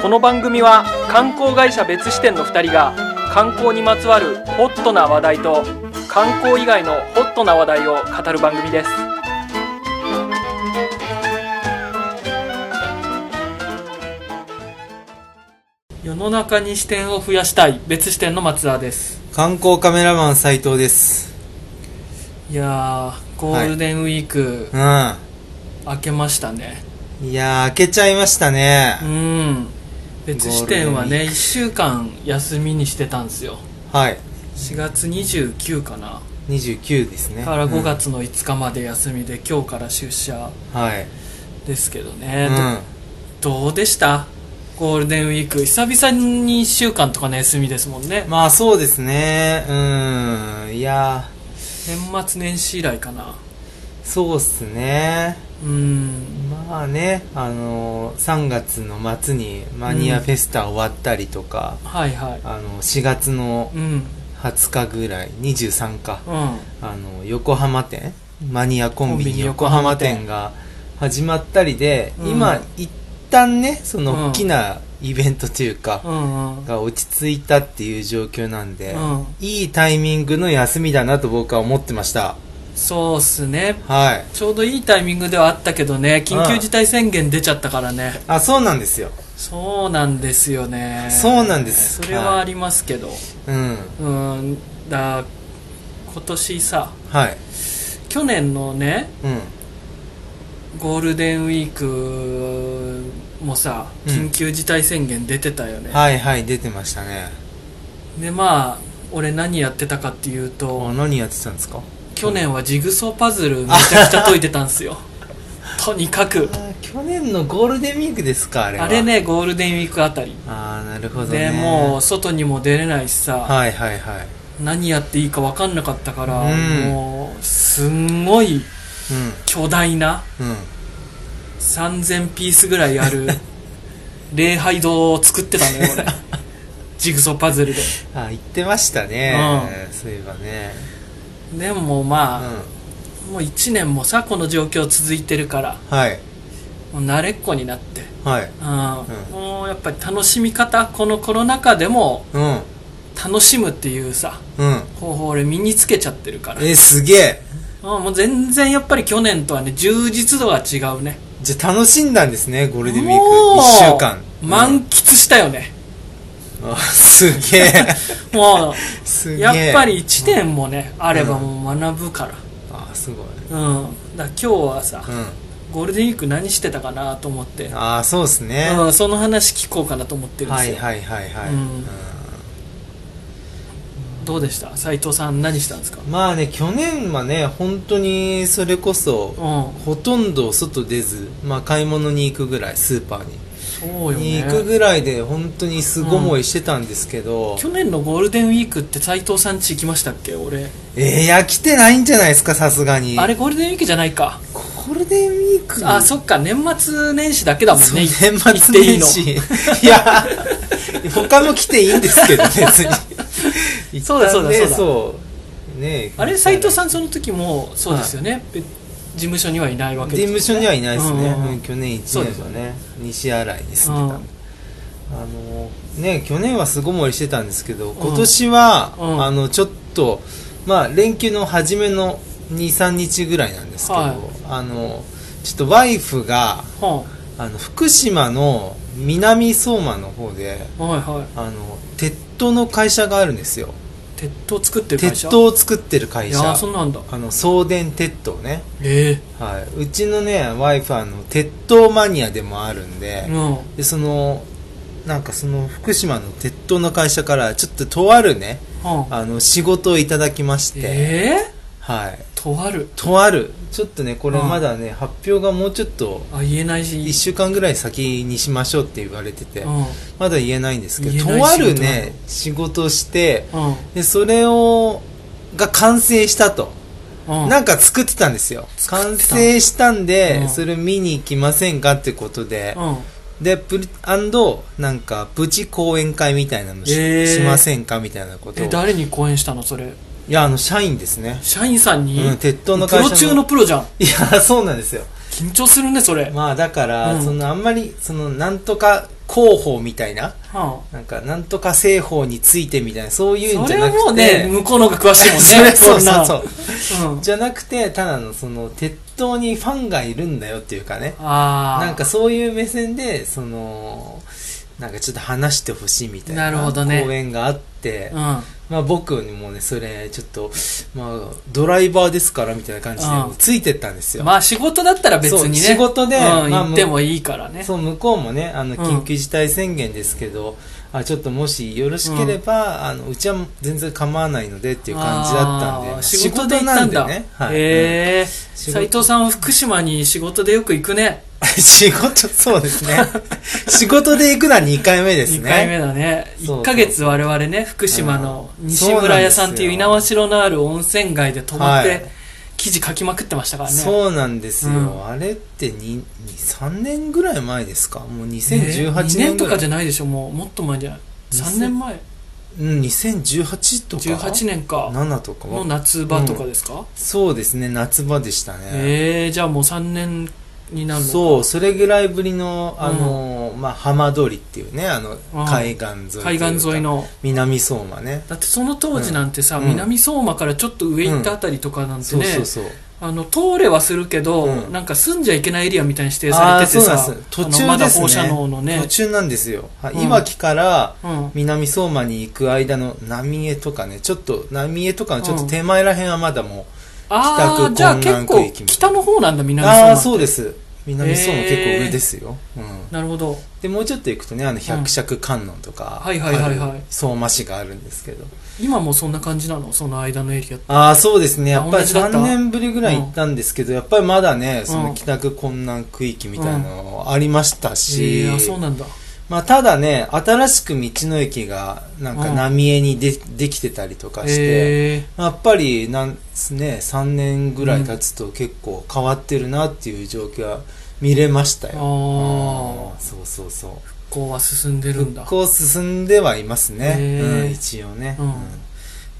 この番組は観光会社別支店の2人が観光にまつわるホットな話題と観光以外のホットな話題を語る番組です世の中に視点を増やしたい別支店の松田です観光カメラマン斉藤ですいやーゴールデンウィークうん明けましたね、いやー開けちゃいましたねうん別支店はゴールデンね1週間休みにしてたんですよはい4月29かな29ですねからうん5月の5日まで休みで今日から出社はいですけどうね、んどうでしたゴールデンウィーク久々に1週間とかの休みですもんね、まあそうですねうんいや年末年始以来かなーそうっすねうんまあねあのー、3月の末にマニアフェスタ終わったりとか、はいはいあの4月のうん20日ぐらい23日うんあの横浜店マニアコンビコンビニニ横横浜浜店店が始まったりで、うん今一旦ねそのうん大きなイベントといううか、んうんが落ち着いたっていう状況なんで、うんいいタイミングの休みだなと僕は思ってましたそうっすねはいちょうどいいタイミングではあったけどね緊急事態宣言出ちゃったからね、あそうなんですよそうなんですよねそうなんですそれはありますけど、うんうんだ今年さはい去年のねうんゴールデンウィークもさうん緊急事態宣言出てたよね、はいはい出てましたねでまあ俺何やってたかっていうあと何やってたんですか去年はジグソーパズルめちゃくちゃ解いてたんす よとにかくあー去年のゴールデンウィークですかあれはあれねゴールデンウィークあたりああなるほどねでもう外にも出れないしさ、はいはいはい何やっていいか分かんなかったから、うんもうすんごい巨大なうんうん3000ピースぐらいあ る礼拝堂を作ってたのよ俺ジグソーパズルであ言ってましたね、そういえばねでもうまあ、んもう1年もさこの状況続いてるからはいもう慣れっこになって、はいうんうんもうやっぱり楽しみ方このコロナ禍でもうん楽しむっていうさうん方法を俺身につけちゃってるから、えすげえうんもう全然やっぱり去年とはね充実度が違うねじゃあ楽しんだんですねゴールデンウィークもう1週間満喫したよね、あすげえ もすうげえ やっぱり1年もね、あればもう学ぶからあすごいうんだから今日はさ、うんゴールデンウィーク何してたかなと思って、ああそうですね、うん、その話聞こうかなと思ってるんではすいよ、はいはいはい、ううんんどうでした斉藤さん何したんですかまあね去年はね本当にそれこそ、うんほとんど外出ず、まあ、買い物に行くぐらいスーパーにそうよにね行くぐらいで本当に巣ごもりしてたんですけど、去年のゴールデンウィークって斉藤さん家行きましたっけ俺えー、いや来てないんじゃないですかさすがにあれゴールデンウィークじゃないかゴールデンウィークあそっか年末年始だけだもんそうね年末行っていい年の始いや他も来ていいんです けど別にそうだそうだ一旦ねそそうねあれ斉藤さんんその時もそうですよね、べ事務所にはいないわけ事です務所にはいないですね、うんうんうん去年1年はね西新井に住んでたんであのね去年は巣ごもりしてたんですけど今年は、うんあのちょっとまあ連休の初めの23日ぐらいなんですけど、はいあのちょっとワイフがはあの福島の南相馬の方であ、はいはいあの鉄塔の会社があるんですよ鉄塔作ってる会社鉄塔を作ってる会い社やーそうなんだあの送電鉄塔ね、えはい、うちのねワイフはあの鉄塔マニアでもあるんえで,、うんでそのなんかその福島の鉄塔の会社からちょっととあるねはあ、あの仕事をいただきまして、ええはいとあるとあるちょっとねこれうんまだね、発表がもうちょっとあ言えないし1週間ぐらい先にしましょうって言われてて、うんまだ言えないんですけ言どえとない仕あ事るなねの仕事をしてうんでそれをが完成したと、うんなんか作ってたんですよ作っ完てた成したんで、うんそれ見に行きませんかってことで、うんでプリアンドなんかプチ講演会みたいなのし,、えーませんかみたいなことをえ誰に講演したのそれいやあの社員ですね、社員さんに、うん、鉄塔のプ会社ロ中のプロじゃんいやそうなんですよ緊張するねそれ、まあだから、うんそのあんまりそのなんとか広報みたいな、はなんか、なんとか製法についてみたいな、そういうんそじれゃはなくて。もうね、向こうの方が詳しいもんそね。れ そうそうそ。そうんなうん。じゃなくて、ただのその、鉄塔にファンがいるんだよっていうかね。ああ。なんかそういう目線で、その、なんかちょっと話してほしいみたいななるほどね講演があって、うん。まあ僕にもね、それ、ちょっと、まあ、ドライバーですからみたいな感じで、うんもうついてったんですよ。まあ仕事だったら別にね。そう仕事でうん、まあ行ってもいいからね。そう、向こうもね、あの、ん緊急事態宣言ですけど、あちょっともしよろしければ、あの、うちは全然構わないのでっていう感じだったんで、あまーあ仕事で行ったんだ。仕事なんでね。はい。へえ。仕事斎藤さんは福島に仕事でよく行くね。うん 仕事、そうです ね。仕事で行くのは2回目ですね。 2回目だね。そうそう1ヶ月我々ね、福島のうん西村屋さんっていう猪苗代のある温泉街で泊まっはてい、記事書きまくってましたからね。う。そうなんですよ。うんあれって2、3年ぐらい前ですかもう2018 2年年ぐとらい。かじゃないでしょ、もう。もっと前じゃない。3年前うん、2018とか。 ?18年か。 7とかのは。夏場とかですか、そうですね、夏場でしたね。ええじゃあもう3年になるのかそう、それぐらいぶりの、あの、まあ、浜通りっていうね、あのうん、海岸沿い。海岸沿い。の南相馬ね。だってその当時なんてさ、うん南相馬からちょっと上行ったあたりとかなんてそうね、そうそう。あの通れはするけど、うんなんか住んじゃいけないエリアみたいに指定されててさあーそうなんです途中ですねあのまだ放射能のね途、中なんですよ。はいうんいわきから、うん、南相馬に行く間の浪江とかね、ちょっと、浪江とかのちょっと手前らへんはまだもう、あ北あ区じゃあ港結南区構駅みたいな北の方なんだ南相馬あってあーそうです南相馬結構上ですよ、うん、なるほどでもうちょっと行くとねあの百尺観音とか、うんはいはいはいはいある相馬市があるんですけど今もそんな感じなのその間のエリアああそうですねやっぱあ同りじだった3年ぶりぐらい行ったんですけど、やっぱりまだねそうのん帰宅困難区域みたいなのありましたし、えー、あそうなんだまあ、ただね新しく道の駅がなんうかん浪江にでできてたりとかして、えやっぱりなんですね3年ぐらい経つと結構変わってるなっていう状況は見れましたよ、ー、ああーあそうそうそう復興は進んでるんだ復興進んではいますね、へーうん、一応ね、うんうん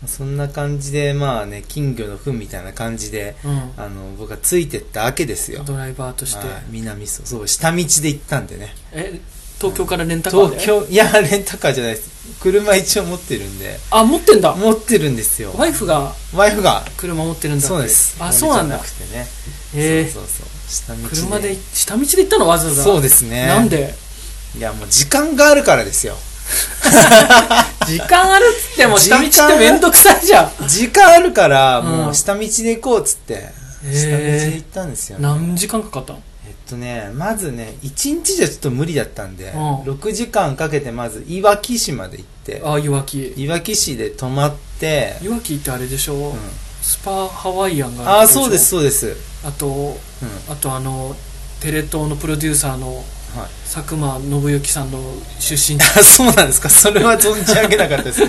そんな感じでまあね金魚の糞みたいな感じでうあの僕はついてったわけですよん、ドライバーとして、はい南そうそう下道で行ったんでねえ東京からレンタカーで東京いやレンタカーじゃないです車一応持ってるんであ持ってんだ持ってるんですよワイフがワイフが車持ってるんだそうですあそうなんだ俺じゃなくてねへえそうそうそう下道車で下道で行ったのわざわざそうですねなんでいやもう時間があるからですよ時間あるっつっても時下道間ってめんどくさいじゃん時間あるから、うんもう下道で行こうっつって、ー下道で行ったんですよ、ね。何時間かかったのえっとね、まずね、1日じゃちょっと無理だったんで、うん6時間かけてまず、いわき市まで行って、あいわきいわき市で泊まって、いわきってあれでしょ、うんスパハワイアンがあああ、るとこそうででしす、ょそうです。あとうん。あとあのテレ東のプロデューサーのはい。佐久間信之さんの出身 地あ、そうなんですか。それは存じ上げなかったです。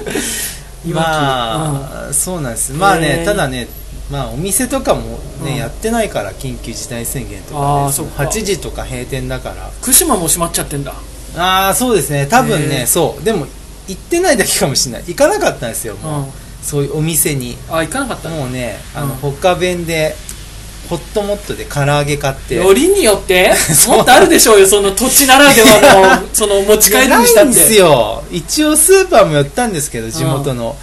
いわきまあ、そうなんです。まあへねー、ただね、まあお店とかもね、うんやってないから、緊急事態宣言とあかーね、そのそっか8時とか閉店だから、福島も閉まっちゃってんだああそうですね多分へーねそうでも行ってないだけかもしれない行かなかったんですようもう、んそういうお店にあ行かなかったもうねあの、うん他弁でホットモットで唐揚げ買ってよりによって もっとあるでしょうよその土地ならではのその持ちいや帰りにしたないんっですてよ一応スーパーも寄ったんですけど地元の、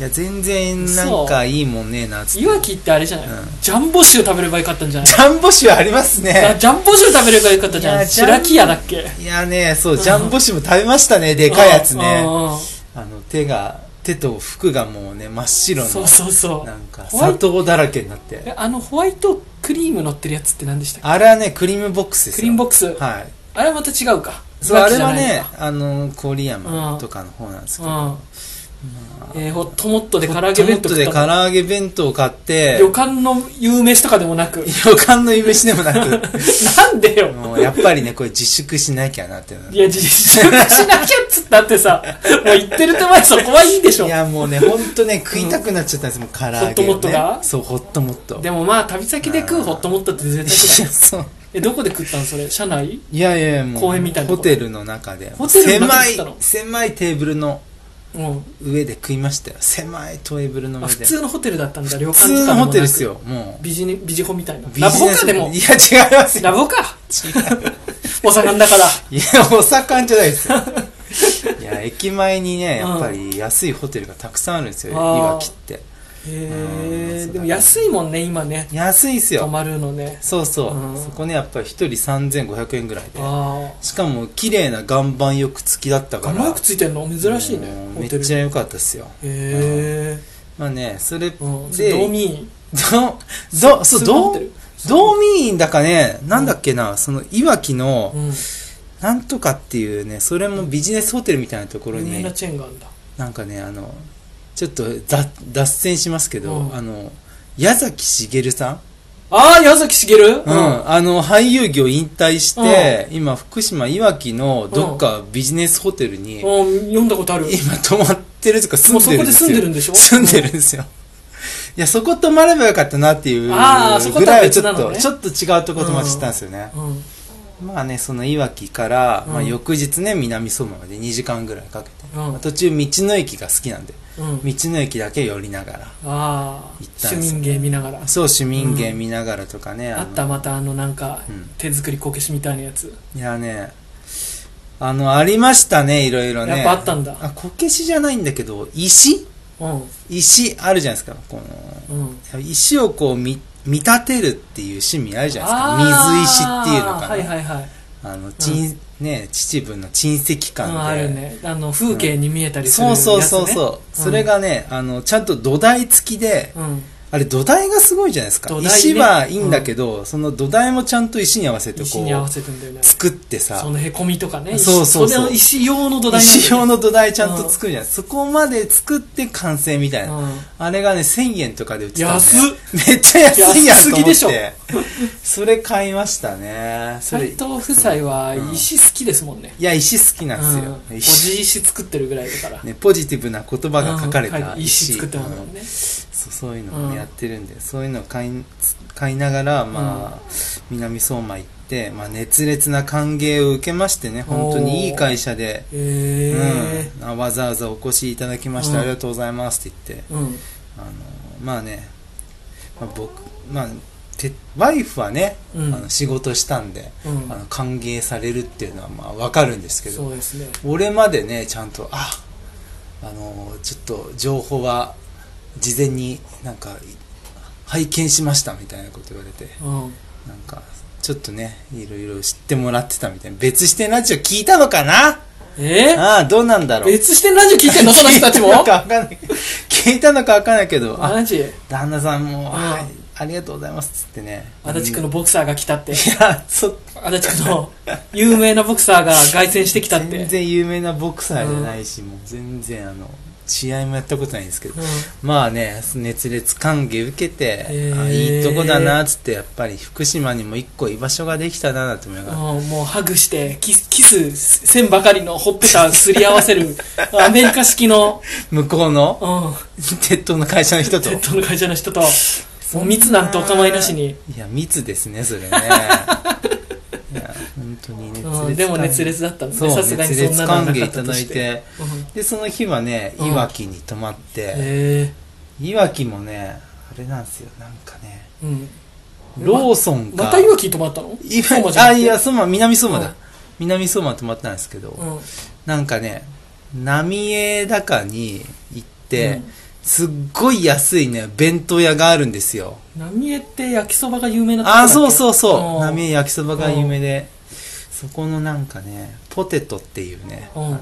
いや全然なんかいいもんねえなっつっていわきってあれじゃない、うんジャンボ酒食べればよかったんじゃないジャンボ酒ありますあねジャンボ酒食べればよかったじゃいんやジャン白木屋だっけいやねそううんジャンボ酒も食べましたねでかいやつうんねうんうんあの手が手と服がもうね真っ白のそうそうそなんうかホワイ砂糖だらけになってえあのホワイトクリーム乗ってるやつって何でしたっけあれはね、クリームボックスですよ。クリームボックスはい。あれはまた違うかそう、いわあきれじゃはないねか、あの、郡山とかの方なんですけど。うんえーホットモットで唐揚げ弁当ホットモット食でっ唐たの揚げ弁当を買って、旅館の夕飯とかでもなく旅館の夢しでもなく、 なんでよもうやっぱりね、これ自粛しなきゃなっていうのいや自粛しなきゃっつったってさもう言ってる手前そこはいいでしょいや、もうね、ほんとね、食いたくなっちゃったんですもう唐揚げをね。ホットモットがそう、ホットモット。でもまあ旅先で食うホットモットっていや絶対くないそうえどこで食ったのそれ車内いやいやいやもう公園みたいなとホこテルの中でホテルの中で食った狭のい狭いテーブルのうん上で食いましたよ狭いテーブルのあ上で普通のホテルだったんだ旅普館とかで通ものなくホテルですよもうビジネビジホみたいなビラブジホネスかでもいや、違いますよ。ラブホかお魚の 中だ。いや、お盛んじゃないです よ。いや、駅前にね、やっぱり安いホテルがたくさんあるんですよ、いあーわきって。へうえ。んでも安いもんね、今ね。安いです泊よ。まるのね。そうそうう。んそこね、やっぱり一人3500円ぐらいで。あしかも、綺麗な岩盤浴付きだったあ。かガら。マークついてんの珍しいねうん。ホめテっル。ちへゃ良かったですよ。え。まあね、それで、うどん。ドーミーン。ど、そう、スーパーホどテル、道民だかね、なんだっけな、その、いわきのう、ん。なんとかっていうね、それもビジネスホテルみたいなところ有名にな、チェーンがあるんだ。なんかね、あの、ちょっと脱脱線しますけど、うんあの、矢崎茂さん、ああ、矢崎しげるうん、あの、俳優業引退して、今、福島いわきのどっかビジネスホテルに、うん。読んだことある。今泊まってるとか住もうんそでこるんでですよ。住んでるんでしょ住んでるんですよ。いや、そこ泊まればよかったなっていうぐあーそことはらいはち別ょっなと、のねちょっと違うとこ泊まっちゃったんですよね。うん。まあね、そのいわきから、まあうん翌日ね、南相馬まで2時間ぐらいかけて、うんまあ途中道の駅が好きなんで、うん。道の駅だけ寄りながら、ああ行った市んですよ民芸見ながらそう、市民芸見ながらとかね。あのったまたあのなんか、うん手作りこけしみたいなやつ、いやね、あの、ありましたね、いろいろやね。っぱあったんだあ、こけしじゃないんだけど、石うん石あるじゃないですか。こうんの、石をこう、み、見立てるっていう趣味あるじゃないですか。あー水石っていうのかな。はいはいはい、あの、ちん、ね、秩父の珍石う感で。ん、あるねあの風景に見えたりするそやうつ、ねそうそうそう、うんそれがね、あの、ちゃんと土台付きで、うんあれ土台がすごいじゃないですか。土台ね石はいいんだけど、その土台もちゃんと石に合わせてこう、石に合わせてんだよね作ってさ、そのへこみとかねそうそうそうれの石用の土台なんだよね石用の土台ちゃんと作るじゃん。そこまで作って完成みたいな。うんあれがね、1000円とかで売ってたんで。安っめっちゃ安いやんと思って。安すぎでそれ買いましたね。そ斎れ、い藤夫妻はうん石好きですもんね、や、石好きうなんですよ。ポ石ジ石作ってるぐらいだから、ね、ポジティブな言葉が書かれうんはたい石作ってますもうんんね、そうそういうのをうんねやってるんで、そういうのを買い買いながら、まあ南相馬行って、まあ、熱烈な歓迎を受けましてね本当にいい会社で、へえうんあわざわざお越しいただきまして、うんありがとうございますって言ってうん、あのまあね、まあ、僕、まあ、てワイフはね、うんあの仕事したんで、うんあの歓迎されるっていうのはまあ分かるんですけどそうですね俺までねちゃんとああのーちょっと情報は事前になんか拝見しましたみたいなこと言われてうんなんかちょっとねいろいろ知ってもらってたみたいな別視点ラジオ聞いたのかなえー、ああどうなんだろう別視点ラジオ 聞いてんのその人たちも聞いたのかわかんない聞いたのかわかんないけどあマジ旦那さんも、はういん、ありがとうございますっつってね足立区のボクサーが来たっていやそ足立区の有名なボクサーが凱旋してきたって全然有名なボクサーじゃないし、もう全然あの試合もやったことないんですけどうんまあね、熱烈歓迎受けて、へーあいいとこだなっつって、やっぱり福島にも一個居場所ができたななんて思いながら、うんもうハグしてキスキスせんばかりのほっぺたすり合わせ るアメリカ式の、向こうのうん、鉄塔の会社の人と。テッドの会社の人ともう密なんてお構いなしに、いや、密です ね、それね。いや、本当に熱烈歓う迎。ん、でも熱烈だったんそでう、さすがに熱そんな烈のはな歓迎かっいたたとだいしてて。うんで、その日はね、うんいわきに泊まって、へいわきもね、あれなんですよ、なんかね、えうんローソンか。またいわき泊まったのいわ相馬じゃなあ、くていや、相馬、南相馬うんだ。南相馬泊まったんですけど、うんなんかね、浪江高に行って、うんすっごい安いね、弁当屋があるんですよ。浪江って焼きそばが有名なとこだあっー、けそうそうそう。ん浪江焼きそばが有名で、そこのなんかね、ポテトっていうね、うあんの、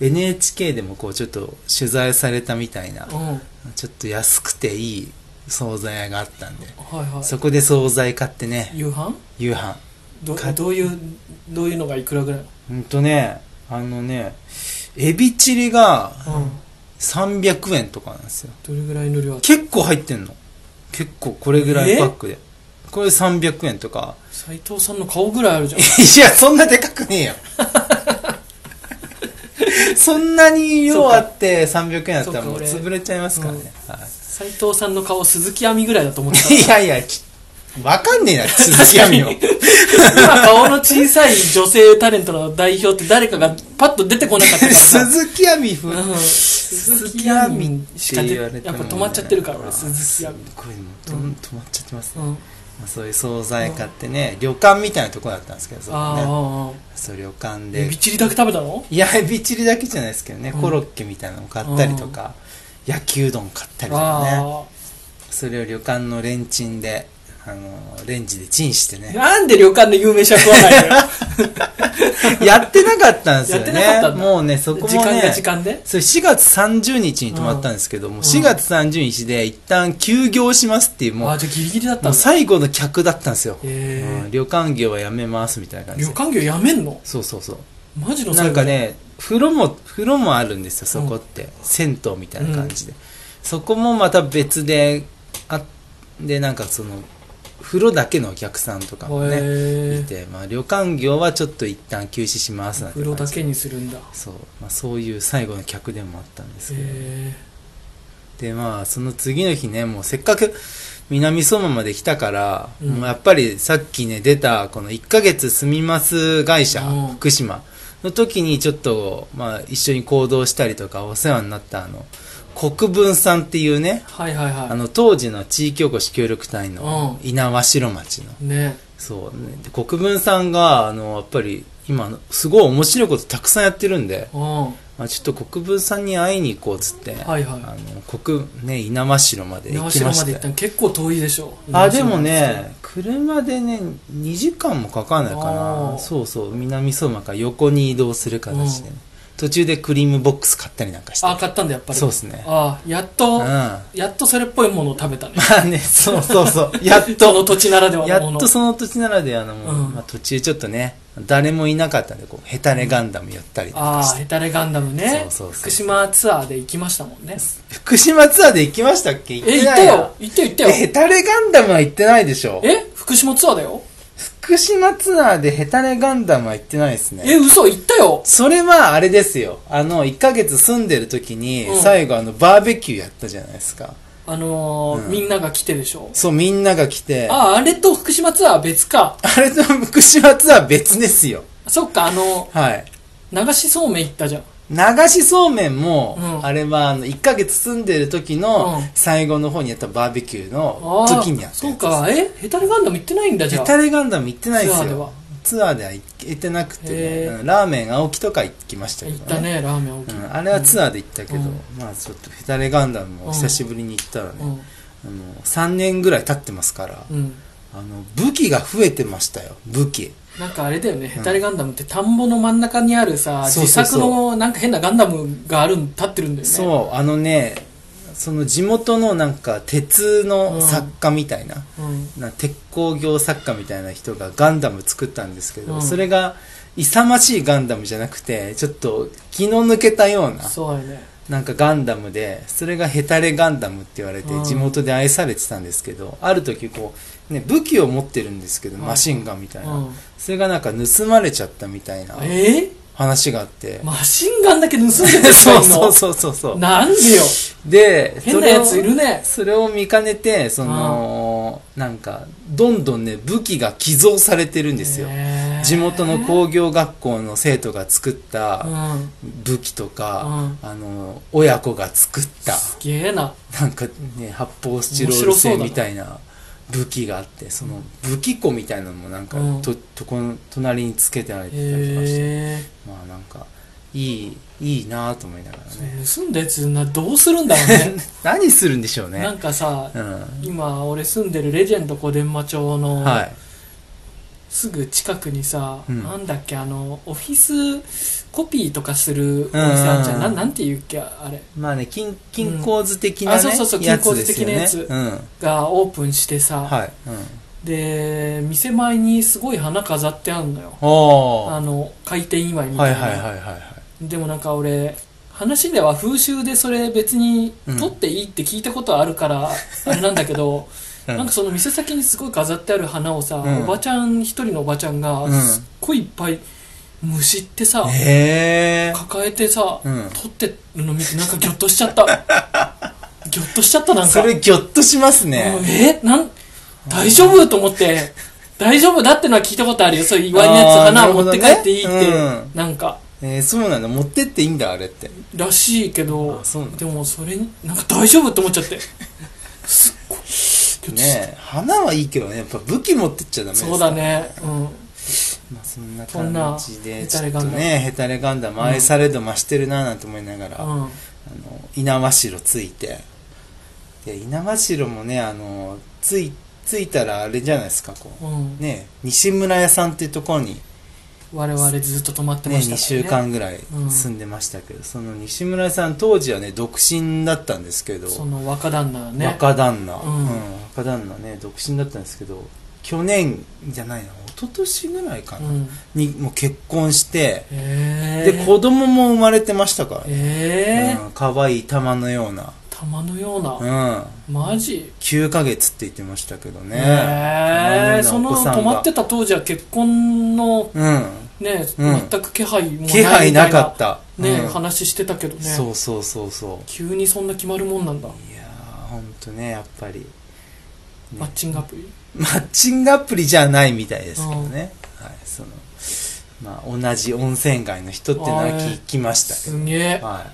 NHK でもこうちょっと取材されたみたいな、うんちょっと安くていい惣菜屋があったんで、はいはいそこで惣菜買ってね、夕飯夕飯。どかどういうどういうのがいくらぐらいほんとね、あのね、エビチリがの、うん、 300円とかなんですよ。どれぐらいの量あった結構入ってんの結構これぐらいパックでこれ300円とか斎藤さんの顔ぐらいあるじゃん いやそんなでかく ねえよそんなに量あって300円だったらそうもうか俺潰れちゃいますからね、は斎藤さんの顔鈴木亜美ぐらいだと思って い、いやいやきわかんねえな鈴木 亜美を確た今顔の小さい女性タレントの代表って誰かがパッと出てこなかったからさ 鈴木亜美ふうん鈴木亜美しか出やっぱ止まっちゃってるから俺鈴木亜これもうどん止まっちゃってます美、ねうん、まあそういう惣菜買ってね、旅館みたいなところだったんですけどそこあねーあそう旅館ー、えでびっちりだけ食べたのいやエビチリだけじゃないですけどね、うんコロッケみたいなの買ったりとか、焼きうどん買ったりとかねあそれを旅館のレンチンであのレンジでチンしてあ。ねなんで旅館の有名者食わないのよ。 やってなかったんですよやってねなかったんだもうね そこもね時間が時間で。それ4月30日に泊まったんですけどんも、4月30日で一旦休業しますっていうもうあ、じゃあギリギリだったもんうだ。最後の客だったんですよ、へーうん旅館業はやめますみたいな感旅じで館業やめんのそうそうそうマジのな最ん後か。ね風呂も風呂もあるんですよそこって、銭湯みたいな感じで、そこもまた別であでなんかその風呂だけのお客さんとかもねいへえ。て、まあ、旅館業はちょっと一旦休止しますなんて風呂感だじけにするんだ。へそう、まあ、そういう最後の客でもあったんですけど、え。でまあその次の日ねもうせっかく南相馬まで来たから、うんもうやっぱりさっきね出たこの1ヶ月住みます会社、うん福島の時にちょっと、まあ、一緒に行動したりとかお世話になったあの国分さんっていうねはいはいあはの当時の地域おこし協力隊のう猪苗代町のい。ね。そう、ね、で国分さんがあのやっぱり今のすごい面白いことたくさんやってるんで、うん。はまあ、ちょっと国分さんに会いに行こうっつって、いあはの国ね猪苗代まい。で行直きま島ましで行たったよの結構遠いでしょ。あでもね車でね2時間もかかんないかあなーそうそう南相馬から横に移動する形でね、途中でクリームボックス買ったりなんかしてあ、買ったんだやっぱり。そうですねああ、やっうんと、まやっとそれっぽいものを食べたね。あねそうそうそう やっそのと土地ならではやのもっの。とその土地ならではのもの、うんまあ、途中ちょっとね誰もいなかったんでこうヘタレガンダムやったりなんあかあ、してヘタレガンダムね。そうそうそう福島ツアーで行きましたもんね。福島ツアーで行きましたっけ行っえ、行てっなたいなよ行ったよ行ったえヘよタレガンダムは行ってないでしょえ福島ツアーだよ福島ツアーでヘタレガンダムは行ってないですえ、ね。嘘行ったよそれはあれですよ。あの、1ヶ月住んでる時にう、ん最後あの、バーベキューやったじゃないですか。あのーうんみんなが来てでしょそう、みんなが来て、ああ、あれと福島ツアーは別か。れと福島ツアー別ですよ。そっか、あのはい。流しそうめん行ったじゃん。流しそうめんも、うんあれはあの、1ヶ月住んでる時うのん、最後の方にやったバーベキュあーのあ、時にやったそやうつです。か、えヘタレガンダム行ってないんだじヘゃん。タレガンダム行ってないですツアーでよは。ツアーでは行ってなくてねへーうんラーメン青木とか行きましたけど行ったね、ラーメン大きうい。ん、あれはツアーで行ったけど、うんまあちょっとヘタレガンダムも久しぶりに行ったらね、うん。あの3年ぐらい経ってますから、うん。あの武器が増えてましたよ武器なんかあれだよね、ヘタレガンダムって田んぼの真ん中にあるさ、そう自そうそ作うのなんか変なガンダムがあるん、立ってるんだよね。う。そうあのねその地元のなんか鉄の作家みたいな,、うん。な鉄工業作家みたいな人がガンダム作ったんですけど、うんそれが勇ましいガンダムじゃなくてちょっと気の抜けたようなそうだよね。なんかガンダムで、それがヘタレガンダムって言われてうん、地元で愛されてたんですけど、ある時こう、ね、武器を持ってるんですけど、うんマシンガンみたいうな。ん。それがなんか盗まれちゃったみたいなえ話があってー、。マシンガンだけ盗んでて そうそうそうそうそう。なんでよ。で、変なやつそいれをるね。それを見かねて、その、なんか、どんどんね、武器が寄贈されてるんですよ。へー地元の工業学校の生徒が作ったうん。武器とか、あの、親子が作った。すげえな。なんかね発泡スチロール製みたいな武器があってその武器庫みたいなのもなんか、うんととこの隣につけてあげてたりとかしへてえ。まあなんかいいいいなぁと思いながらね盗んだやつな、どうするんだろうね。何するんでしょうな ねんかさ、うん今俺住んでるレジェンド小伝馬町の、はいすぐ近くにさ、うんなんだっけあのオフィスコピーとかするお店あるじゃん、うんうんうんななんていうっけあれまあね金金鉱図的なうね、んあそうそうそうやつですよね金鉱図的うんがオープンしてさ、はい、うん、で店前にすごい花飾ってあんのよおあーの開店祝いみはたいいな、はいはいはいはいでもなんか俺話では風習でそれ別にうん取っていいって聞いたことある から、あれなんだけど、うんなんかその店先にすごい飾ってある花をさ、うんおばちゃん一人のおばちゃんがうんすっごいいっぱい虫ってさ、へえ抱えてさ、うん取ってるの見てなんかギョッとしちゃ ったギョッとしちゃったなんかそれギョッとしますねうんえなん大丈夫と思って大丈夫だってのは聞いたことあるよそういう祝いのやつあー花を持って帰っていいって、なるほどねうんなんかえーそうなんだ持ってっていいんだあれってらしいけどあそうなんだでもそれになんか大丈夫って思っちゃってすっごいね花はいいけどねやっぱ武器持ってっちゃダメですそうだね。うん。まあ、そんなそんな感じでヘちタょレっガとンダムねヘタレガンダム愛されど増してるなぁなんて思いながら、あのうん。猪苗代ついてで猪苗代もねあのついついたらあれじゃないですかこううん。ね西村屋さんっていうところに我々ずっと泊まってね、ましたからね。 2週間ぐらい住んでましたけど、その西村さん当時はね独身だったんですけど、その若旦那ね。若旦那、ううんん若旦那ね独身だったんですけど去年じゃないな一昨年ぐらいかうな、ん。にもう結婚して、えー。で子供も生まれてましたからね、えー。うん、可愛い玉のような、玉のような。うん、マジ9ヶ月って言ってましたけどね、えー。玉そのよのうなお子さんが泊まってた当時は結婚のうん、ね、うん全く気配もないみたい気配なかった、ね、うん話してたけどね。そうそうそうそう急にそんな決まるもんなんだ。いやーほんとねやっぱりマッチングアプリ。マッチングアプリじゃないみたいですけどね、はい、そのまあ同じ温泉街の人ってのはあー聞きましたけどすげえ。はいま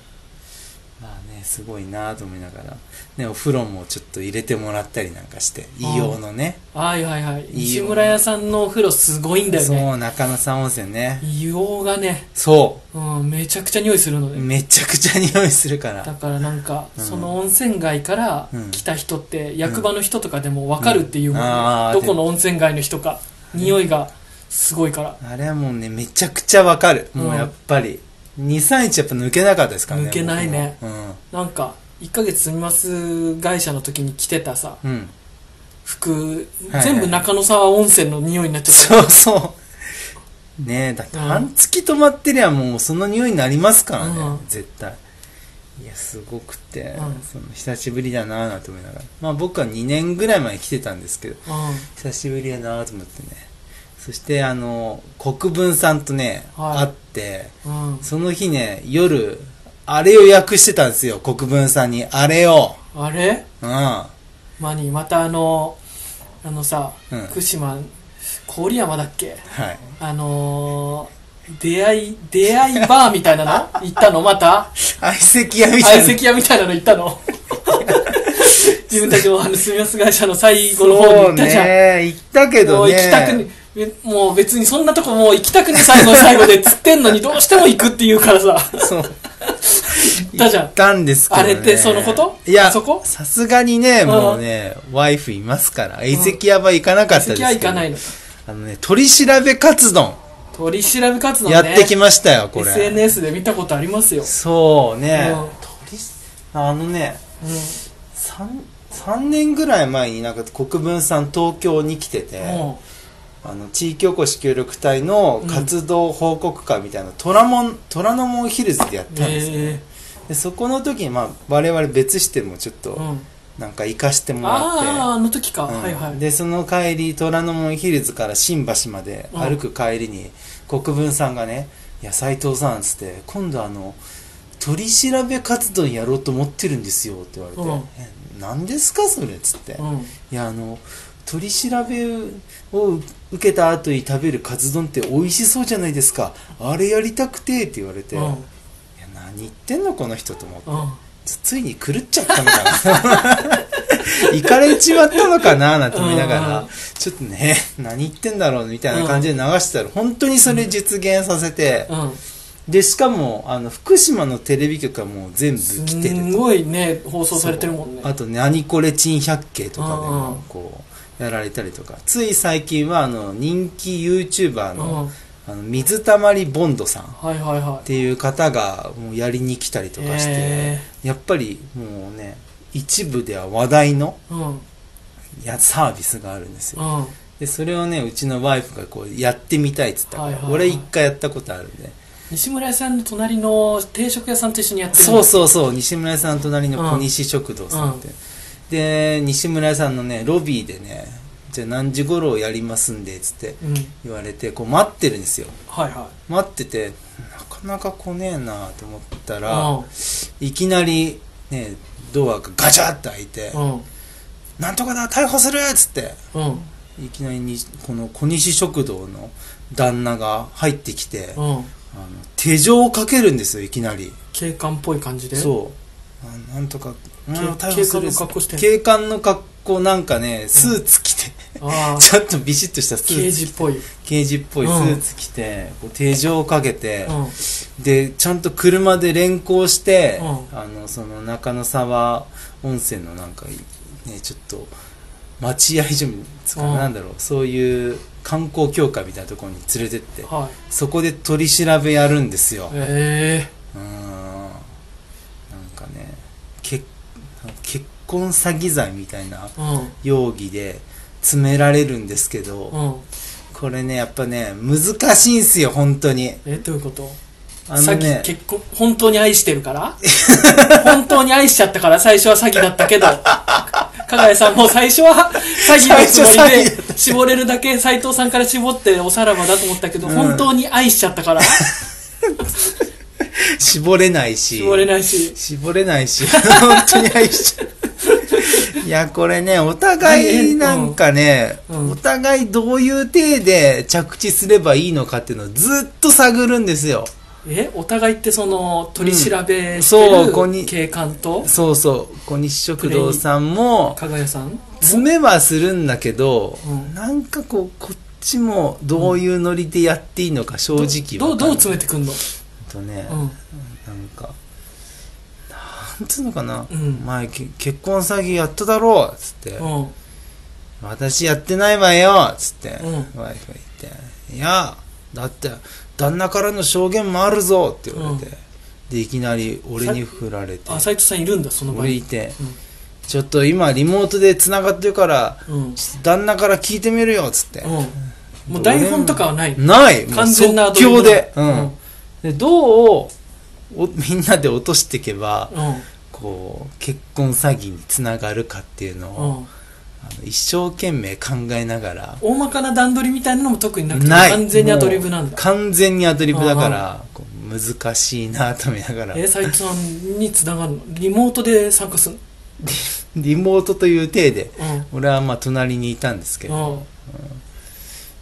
あねすごいなと思いながら、ね、お風呂もちょっと入れてもらったりなんかしてあ硫ー黄のねはいはいはい。いいよ西村屋さんのお風呂すごいんだよね。そう中野山温泉ね硫黄がね、そうん、めちゃくちゃ匂いするのうね。めちゃくちゃ匂いするからだからなんか、うんその温泉街からうん来た人って、役場の人とかでも分かるっていうもんうんあーね。どこの温泉街の人か、匂いがすごいから。あれはもうねめちゃくちゃわかるもうやっぱり23日やっぱ抜けなかったですからね抜けないね僕もなんか、1ヶ月住みます会社の時に着てたさ、うん、うん、服、はい全部中野沢温泉の匂いになっちゃった。そうそう。ねえ、だって半月止まってりゃもうその匂いになりますからね、うん絶対。いや、すごくて、うんその久しぶりだなぁなんて思いながら。まあ僕は2年ぐらい前に来てたんですけど、う久しぶりやなぁと思ってね。そしてあの、国分さんとね、はい会って、ん。うん。その日ね、夜、あれを訳してたんですよ、国分さんに。あれを。あれうん。マニー、またあの、あのさ、うん福島、郡山だっけ はい。あのー、出会い、出会いバーみたい なの行ったのまた相席屋みた相いな。席屋みたいなの行った の自分たちもあの、住みます会社の最後の方に行ったじゃん。そうね、行ったけもどうね。行きたくね、えもう別にそんなとこもう行きたくね最後の最後で釣ってんのにどうしても行くって言うからさ。 そう。行ったじゃん行ったんですけど、ね。あれってそのこといや、そこさすがにね、もうね、ワイフいますから、相席屋は行かなかったです席けど。は行かないの。あのね、取り調べカツ丼、取り調べ活動ね。やってきましたよ、これ。 SNS で見たことありますよ。そうね、うん取り、あのね、う三三年ぐらい前になんか国分さん東京に来てて、ん。もうあの地域おこし協力隊の活動報告会みたいな、虎門虎ノ門ヒルズでやったんですよ、ねえでそこの時に、まあ、我々別支店もちょっえと、うん、なんか行かしてもああらっーあの時か、て、うんはいはいでその帰り虎ノ門ヒルズから新橋までうん歩く帰りに、国分さんがね「いや斎藤さん」っつって「今度あの取り調べ活動やろうと思ってるんですよ」って言われてうん「え何ですかそれ」っつって、ういんやあの取り調べを受けた後に食べるカツ丼って美味しそうじゃないですかあれやりたくてって言われて、うんいや何言ってんのこの人と思って、うんつついに狂っちゃったみたいな。行かれちまったのかななんて思いながうらん、ちょっとね、何言ってんだろうみたいな感じで流してたら、本当にそれ実現させて、うんで、しかも、あの、福島のテレビ局はもう全部す来てるんと。ごいね放送されてるもんねあと、何これ珍百景とかでうんうんも、こう、やられたりとか。つい最近は、あの、人気 YouTuber うんの、あの、水たまりボンドさんっはいはいはていう方が、もうやりに来たりいとかして、えやっぱりもうね一部では話題のえうんやサービスがあるんですようんでそれをねうちのワイフがこうやってみたいっつったから、はいはいはい俺一回やったことあるんで西村屋さんの隣の定食屋さんと一緒にやってるそうそうそう西村屋さん隣の小西食堂さんって、で西村屋さんのねロビーでねじゃあ何時頃やりますんでっつってう、うん、言われてこう待ってるんですよはいは待っててなかなか来ねえなと思ったら、いいきなりねドアがガチャッと開いて、うんうんなんとかだ逮捕するっつってうんいきなりにこの小西食堂の旦那が入ってきて、あのうん手錠をかけるんですよいきなり警官っぽい感じでうそうあなんとかお前をけ逮捕警する官の格好してんの警官の格こうなんかね、スーツ着て、ああ ちょっとビシッとしたス刑ー事ツ、っぽい、うん、刑事っぽいスーツ着て、こう手錠をかけて、で、ちゃんと車で連行して、うあの、その中野沢温泉のなんか、ね、ちょっと、待合所みたいな、うんなんだろう、そういう観光協会みたいなところに連れてって、はいそこで取り調べやるんですよ。えうーんなんかね結結婚詐欺罪みたいなえうん容疑で詰められるんですけど、うんこれねやっぱね難しいんすよ本当にえどういうことあの詐欺ね結婚本当に愛してるから 本当に愛しちゃったから最初は詐欺だったけど加賀谷さんも最初は詐欺のつもり最初詐欺だで絞れるだけ斎藤さんから絞っておさらばだと思ったけど、うん本当に愛しちゃったから 絞れないし絞れないし絞れないし 本当に愛しちゃういやこれねお互いなんかね、うんうんお互いどういう体で着地すればいいのかっていうのをずっと探るんですよえお互いってその取り調べそうここしてるに警官とそうそう小西食堂さんも加賀谷さん詰めはするんだけど、うんなんかこうこっちもどういうノリでやっていいのか正直どわうかどうんない詰めてくんのとね、うんなんかなんつうのかな、うん前け結婚詐欺やっただろうっつって、うん私やってないわよっつって、うんワイフが言っていやだって旦那からの証言もあるぞって言われうて、んでいきなり俺に振られてあ斎藤さんいるんだその場俺にいて、うんちょっと今リモートで繋がってるからうんちょっと旦那から聞いてみるよっつって、うんもう台本とかはないないもう完全なア即ドリブ興で,、ううんん、でどうおみんなで落としていけば、うんこう結婚詐欺につながるかっていうのを、うんあの一生懸命考えながら大まかな段取りみたいなのも特になくてない完全にアドリブなんもうだ完全にアドリブだからこう難しいなと見ながらえ斎藤さんにつながるのリモートで参加するリモートという体での俺はまあ隣にいたんですけうどんうん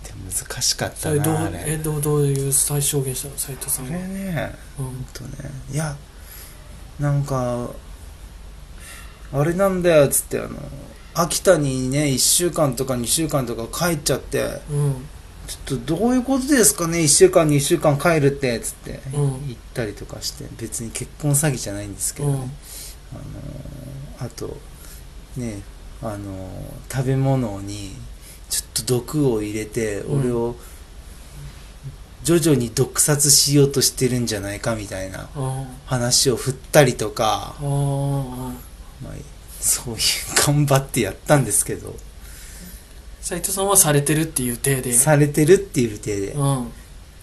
でも難しかっそたれどうなあえれどうどういう最小限したの斎藤さんこはれねうんとねいやなんかあれなんだよっつってあの秋田にね1週間とか2週間とか帰っちゃってうんちょっとどういうことですかね1週間2週間帰るってっつって、うん行ったりとかして別に結婚詐欺じゃないんですけうどね、んあのーあとねあのー食べ物にちょっと毒を入れてうん俺を徐々に毒殺しようとしてるんじゃないかみたいなあ話を振ったりとかあ、あまあ、そういう頑張ってやったんですけど斎藤さんはされてるっていう体でされてるっていう手でうん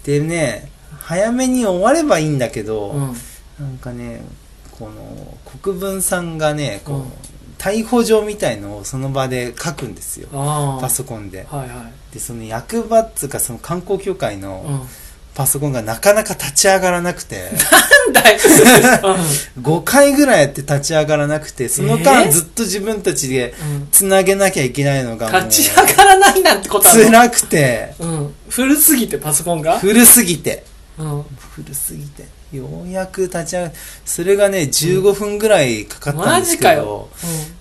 でね早めに終わればいいんだけど、うんなんかねこの国分さんがねこう、うん逮捕状みたいのをその場で書くんですよああパソコンではいはいでその役場っつうかその観光協会うのんパソコンがなかなか立ち上がらなく てなんだい5回ぐらいやって立ち上がらなくてそのえ間ーずっと自分たちでうんうんつなげなきゃいけないのがもう立ち上がらないなんてことあるの辛くてうん古すぎてパソコンが古すぎてうん古すぎてようやく立ち上がそれがね15分ぐらいかかったんですけマジかど、よ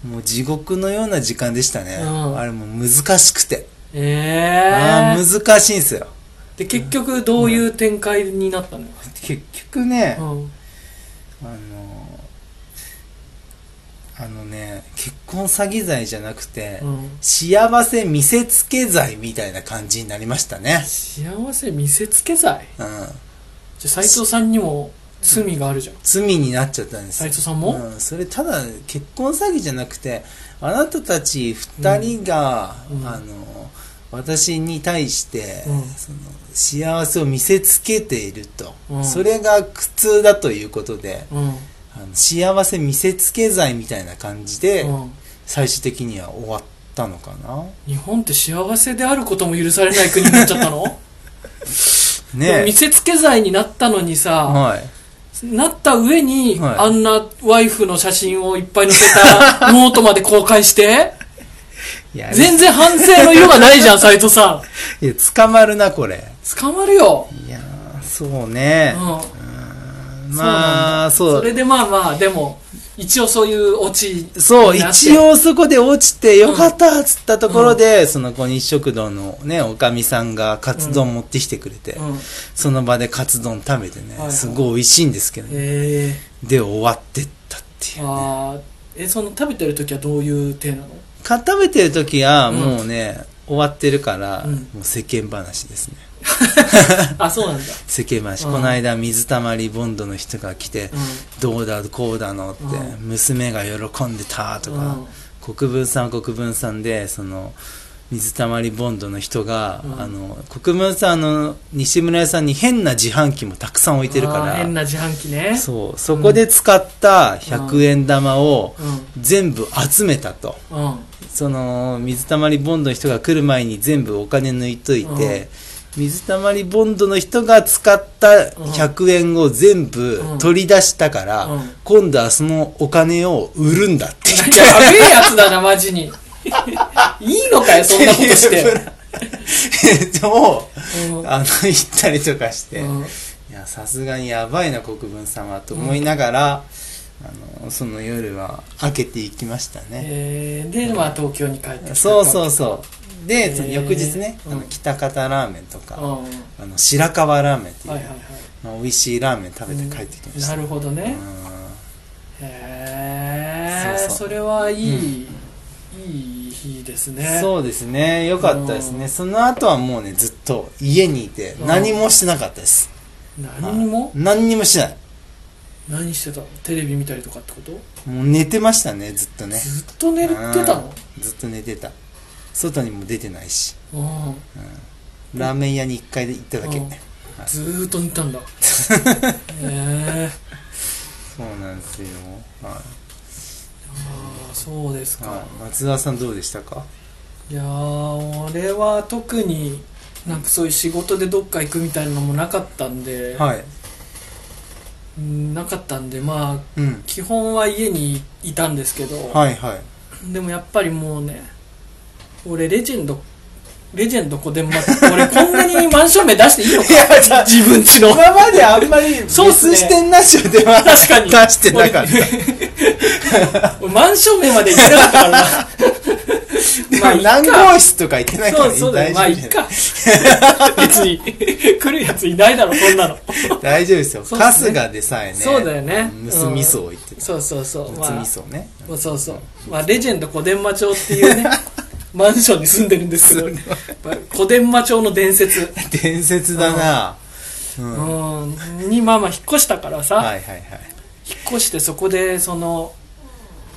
もう地獄のような時間でしたね。うんあれもう難しくて。えああ、えー、難しいんですよ。で結局どういう展開になったのよ、結局ね、うんあのー、あのね、結婚詐欺罪じゃなくて、うん、幸せ見せつけ罪みたいな感じになりましたね。幸せ見せつけ罪うん。じゃ斎藤さんにも罪があるじゃん、罪になっちゃったんです斉よ。藤さんも、うん、それただ結婚詐欺じゃなくてあなたたち二人が、うんあの私に対して、うんその幸せを見せつけていると、うんそれが苦痛だということでうんあの幸せ見せつけ罪みたいな感じで、うん、最終的には終わったのかな日本って幸せであることも許されない国になっちゃったの、でも見ねせつけ罪になったのにさ、はいなった上に、はいあんなワイフの写真をいっぱい載せたノートまで公開していや全然反省の色がないじゃん斎藤さんいや捕まるなこれ 捕まるよ、いやーそうねうんまあそうそれでまあまあでも一応そういうオチそう、になって一応そこで落ちてよかったっつったところで、その小西食堂のね、おかみさんがカツ丼持ってきてくれて、うんその場でカツ丼食べてね、はいはいすごい美味しいんですけどね。えで、終わってったってえいうね。あーえその食べてる時はどういう手なの食べてる時はもうね、終わってるから、うんもう世間話ですね。あそうなんだ、世間話。うんこの間水たまりボンドの人が来て、うどうだこうだのって、う娘が喜んでたとん、か、国分さんは国分さんでその水たまりボンドの人が、うんあの国分さんあの西村屋さんに変な自販機もたくさん置いてるあー変かな自販機ねらそうそこで使った100円玉をうん全部集めたとうんその水たまりボンドの人が来る前に全部お金抜いといて、水たまりボンドの人が使った100円を全部取り出したから、うんうん今度はそのお金を売るんだって言っ てやべえやつだなマジに いいのかよそんなことしっていうて、 ブラをうんあの行ったりとかして、うんいやさすがにやばいな国分様と思いながら、あのその夜は明けていきましたね、えー、でまあ東京に帰ってきたそうそうそうで、へーその翌日ね、あのうん北方ラーメンとか、うんはいあの白川ラーメンっていう、はいはいまあ、美味しいラーメン食べて帰ってきました、なるほどねうへえそそうそうれはいい、いい日ですんねそうですねよかったですね、うんその後はもうねずっと家にいてうん何もしてなかったです、何にも、何にもしない何してたのテレビ見たりとかってこと、もう寝てましたねずっとねずっと寝てたのうんずっと寝てた外にも出てないしうんラーメン屋に一回行っただけ、うんずーっと寝てた んだへえそうなんですよ、はああそうですいか、はい、松田さんどうでしたかいやー俺は特になんかそういう仕事でどっか行くみたいなのもなかったんで、はいうんなかったんでまあうん基本は家にいたんですけど、はいはいでもやっぱりもうね俺レジェンドレジェンド小伝馬って俺こんなにマンション名出して いいのか自分ちの今まであんまり そうっすね別視点なしでは確かに出してなかった俺俺マンション名まで言ってなかったからな でまあいもいか何号室とか言ってないかそらうそうだよ大まあい丈夫っですか別に来るやついないだろこんなの大丈夫ですよそうっす春ね日でさえねそうだよねむすみそを言ってたそうそうそう、むますみあ、そねそうそうそう、まあ、レジェンド小伝馬町っていう ねマンションに住んでるんですけどまあ小伝馬町の伝説、伝説だなうんはうん、にまあまあ引っ越したからさ、いはいはい引っ越してそこでその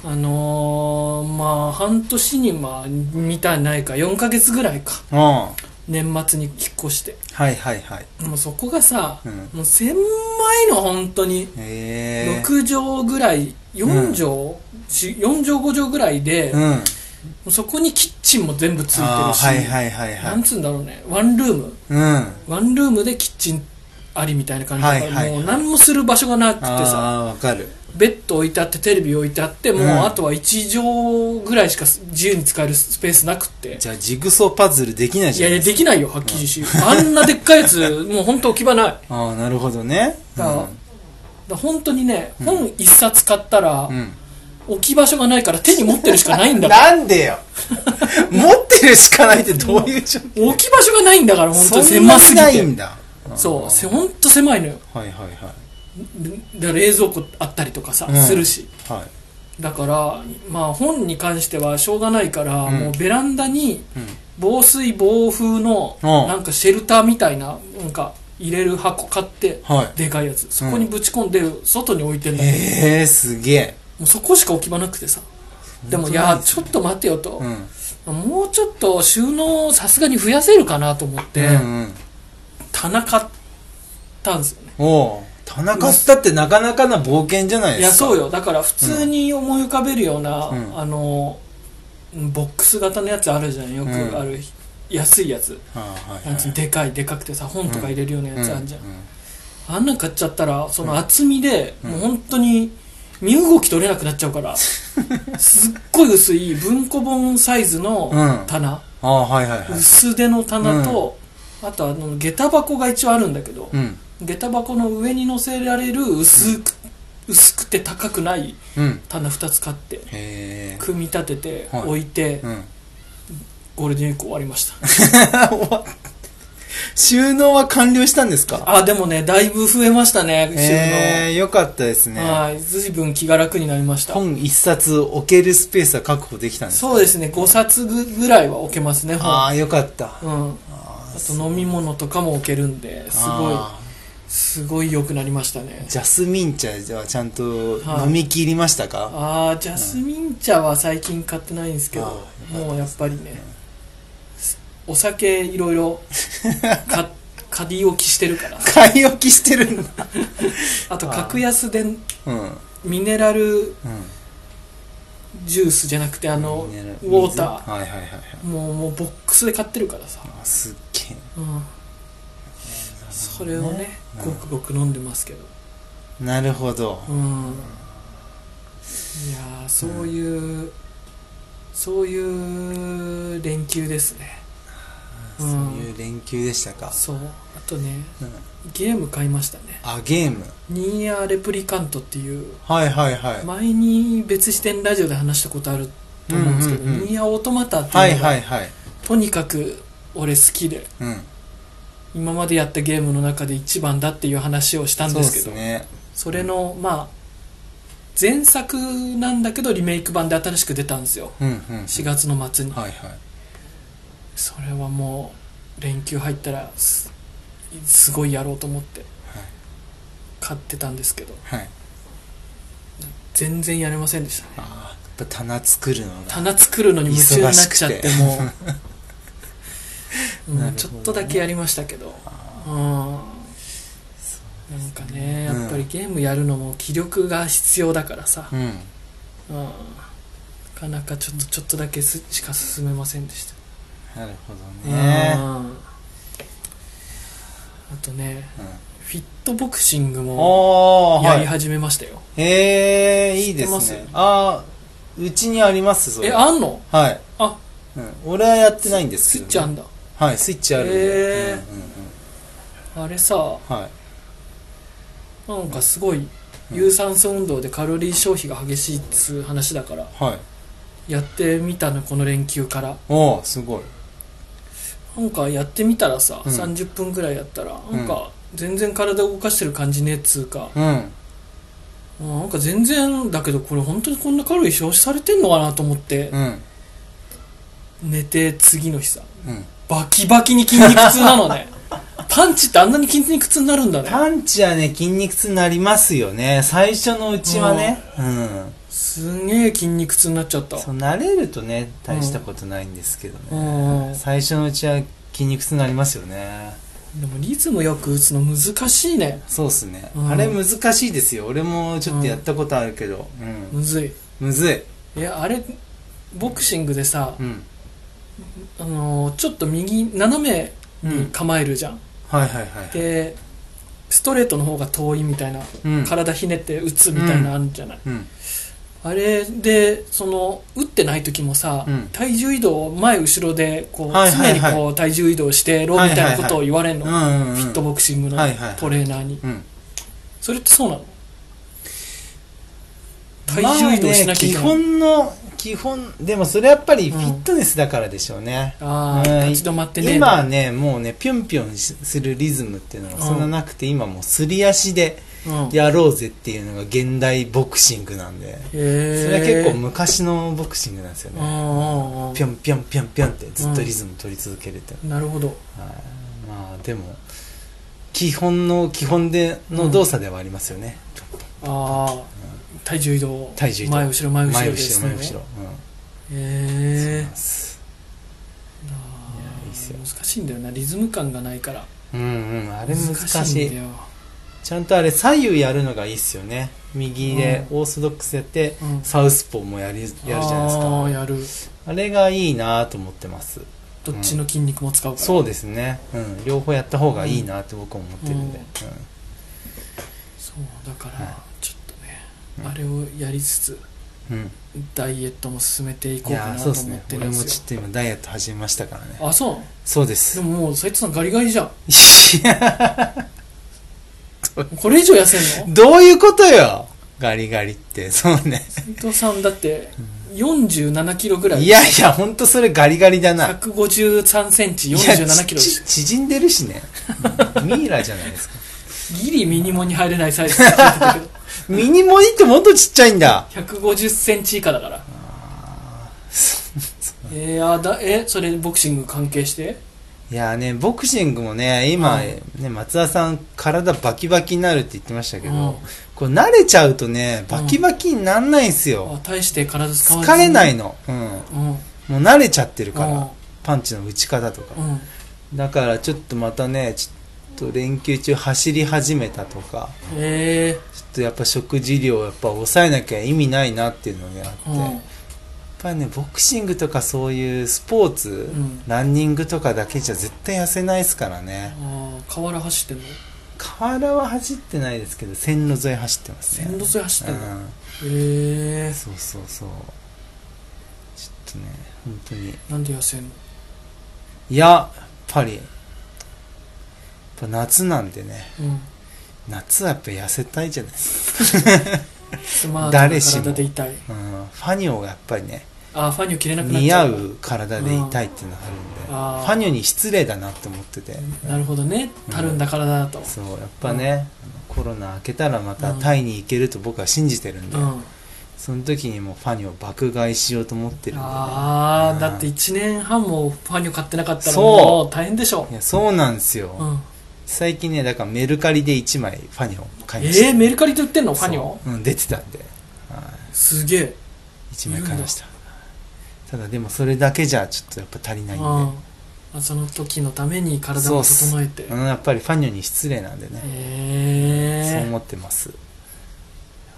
あのーまあ半年にまあ見たいないか4ヶ月ぐらいかうんは年末に引っ越していはいはいもうそこがさ、うんもう狭いの本当にへえ6畳ぐらい4畳、し4畳5畳ぐらいで、うもんうそこにキッチンも全部ついてあるーし、はいはいはいはなんいつうんだろうねワンルームうんワンルームでキッチンありみたいな感じだから、はいはいはいもう何もする場所がなくてあさあわかるベッド置いてあってテレビ置いてあってもううんあとは1畳ぐらいしか自由に使えるスペースなくってじゃあジグソーパズルできないいじゃやんいやできないよはっきりし、あんなでっかいやつ もう本当置き場ないだかああなるほどねら,、本当にね本1冊買ったらうん、うん置き場所がないから手に持ってるしかないんだから なん でよ持ってるしかないってどういう状況置き場所がないんだから本当そん狭なにすぎないてんだそうせあ本当狭いのよーはいはいはで冷蔵庫あったりとかさ、うんするしいはいだからまあ本に関してはしょうがないから、んもうベランダにうん防水防風のうんなんかシェルターみたいななんか入れる箱買って、はいでかいやつそこにぶち込んで外に置いてんだけど、もえー、すげえうそこしか置き場なくてさでもいやちょっと待てよとう、んもうちょっと収納さすがに増やせるかなと思って、うんうん、棚買ったんですよねおう田中スタってなかなかな冒険じゃないいでやすかそうよよだから普通に思い浮かべるような、うんあのボックス型のやつあるじゃんよくある、安いやつあーはいはいなんつうのでかいでかくてさ本とか入れるようなやつあるじゃん、うんうんあんなん買っちゃったらその厚みで、もう本当に身動き取れなくなっちゃうから すっごい薄い文庫本サイズのうん棚、ああはいはいはい薄手の棚と、あとあの下駄箱が一応あるんだけど、うん下駄箱の上に乗せられる薄く薄くて高くないうん棚2つ買ってへえ組み立ててはい置いてうん ゴールデンウィーク終わりました終わっ収納は完了したんですかあでもねだいぶ増えましたねえ収えよかったです納ねはい随分気が楽になりました本一冊置けるスペースは確保できたんですかそうですね5冊ぐぐらいは置けますねあ本あよかったうんあと飲み物とかも置けるんですごいあすごい良くなりましたねージャスミン茶はちゃんと飲み切りましたか、ああジャスミン茶は最近買ってないんですけど、うんもうやっぱりね、お酒いろいろ か仮置きしてるから買い置きしてるんだあと格安でうんうんミネラルジュースじゃなくてあのウミネラルォーター水はいはいはいはいもうもうボックスで買ってるからさ、あすっげうん、それをねうんごくごく飲んでますけどえなるほどうんいやーそういう、そういう連休ですねそういう連休でしたか、そうあとねうん、ゲーム買いましたねあゲーム「ニーヤーレプリカント」っていうはいはいはい前に別視点ラジオで話したことあると思うんですけど「うんうんうんニーヤーオートマタ」ってはいいうのがはいはいとにかく俺好きでうん今までやったゲームの中で一番だっていう話をしたんそうでですけどすねそれのまあ前作なんだけどリメイク版で新しく出たんですようんうん4月の末にはいはいそれはもう連休入ったらすすごいやろうと思って買ってたんですけどはい全然やれませんでしたねあーやっぱ棚作るのが棚作るのに夢中になっちゃって忙しくてもう、うんなるほどねちょっとだけやりましたけどうんなんかねやうんっぱりゲームやるのも気力が必要だからさ、うんうん、なかなかちょっとちょっとだけすしか進めませんでしたなるほどうねんあとねうんフィットボクシングもおーやはりい始めましたよ、へえいいで知っすてねますああうちにありますそれえあんのはいあうん俺はやってないんですスけイッどねチあんだはいスイッチあるんでへーうんうんあれさうんはいなんかすごいうん有酸素運動でカロリー消費が激しいっつう話だからはいやってみたのこの連休からおおすごいなんかやってみたらさ、うん30分ぐらいやったらなんか全然体動かしてる感じねっつうか、うんうんなんか全然だけどこれ本当にこんなカロリー消費されてんのかなと思ってうん寝て次の日さうんバキバキに筋肉痛なの ねパンチってあんなに筋肉痛になるんだねパンチはね筋肉痛になりますよね最初のうちはねうんすんげえ筋肉痛になっちゃったそう慣れるとね大したことないんですけどうね、ん最初のうちは筋肉痛になりますよねでもリズムよく打つの難しいねそうっすね、うんあれ難しいですよ俺もちょっとやったことあるけどうん、むずいむずいいやあれボクシングでさ、うんあのーちょっと右斜めに構えるじゃん、はいはいはいでストレートの方が遠いみたいな、うん体ひねって打つみたいなあるじゃない、うんあれでその打ってない時もさ、うん体重移動を前後ろでこう、はいはいはい常にこう体重移動してろみたいなことを言われるの、うんうんうんフィットボクシングのはいはいはいトレーナーにうんそれってそうなの体重移動しなきゃいけない、まあね、基本の基本でもそれやっぱりフィットネスだからでしょうね、ああ、うん立ち止まってね今はねもうねぴょんぴょんするリズムっていうのがそんななくて、今もうすり足でうん、やろうぜっていうのが現代ボクシングなんで、それは結構昔のボクシングなんですよ構うねんうんうんぴょんぴょんぴょんぴょんってずっとリズム取り続けるって、なるほどはいまあでも基本の基本での動作ではありますよね、ああ体重移動体重移動前後ろ前後ろ前で後すろね前後ろ、うんそうへなんですえいやいいっすよ難しいんだよなリズム感がないからうんうんあれ難しいんだよちゃんとあれ左右やるのがいいっすよね右でオーソドックスやって、うんサウスポーもやりやるじゃないですあかあやるあれがいいなと思ってますどっちの筋肉も使うからそうですね、うん、両方やった方がいいなって僕は思ってるんで、うそうだから、はいちょっとね、うんあれをやりつつんうんダイエットも進めていこいうかやなそとう思ですっねてる俺んもでちょすっと今ダイエット始めましたからねよあそうなのそうでですももう斉藤さんガリガリじゃんいやこれ以上痩せんの どういうことよガリガリって、そうね。伊藤さんだって47キロぐらいいやいや、ほんとそれガリガリだな。 153センチいや47キロでちすち縮んでるしね。ミイラじゃないですか。ギリミニモに入れないサイ ズって言ってたけどミニモニってもっとちっちゃいんだ。 150センチ以下だ からえー、あだえそれボクシング関係していやーね、ボクシングもね、今、はいね、松田さん体バキバキになるって言ってましたけど、うんこう慣れちゃうとね、バキバキになんないんすよ。あ大して体使わず疲れないのの。うん。もうんう慣れちゃってるかうらん。パンチの打ち方とかう。んだからちょっとまたね、ちょっと連休中走り始めたとか、えちょっとやっぱ食事量をやっぱ抑えなきゃ意味ないなっていうのがあって、ー、やっぱりね、ボクシングとかそういうスポーツ、んランニングとかだけじゃ絶対痩せないですからね。ああ河原走ってんの河原は走ってないですけど線路沿い走ってますね線路沿い走ってんの、うんえそうそうそうちょっとね本当にー、なんで痩せんのいややっぱりやっぱ夏なんでねうん夏はやっぱ痩せたいじゃないですスマー誰しトもな体でいたいか、うん、ファニオがやっぱりねあーファニョ切れなくなっ似ちゃ合うう体でいたいっていうのがあるんでフあーァニオに失礼だなって思っててなるほどねたるんだ体だとそうやっぱねあのコロナ明けたらまたタイに行けると僕は信じてるんで、うん、その時にもうファニオ爆買いしようと思ってるんでね、あうあんだって1年半もファニョ買ってなかったらそうもう大変でしょいやそうなんですよ、うん、最近ねだからメルカリで1枚ファニを買いましたえー、メルカリで売ってんのファニョそううん出てたんで、はいすげえ、 1枚買いましたただでもそれだけじゃちょっとやっぱ足りないんで、うんあその時のために体そうをっす整えてうんやっぱりファニョに失礼なんでね、そうえ思ってます、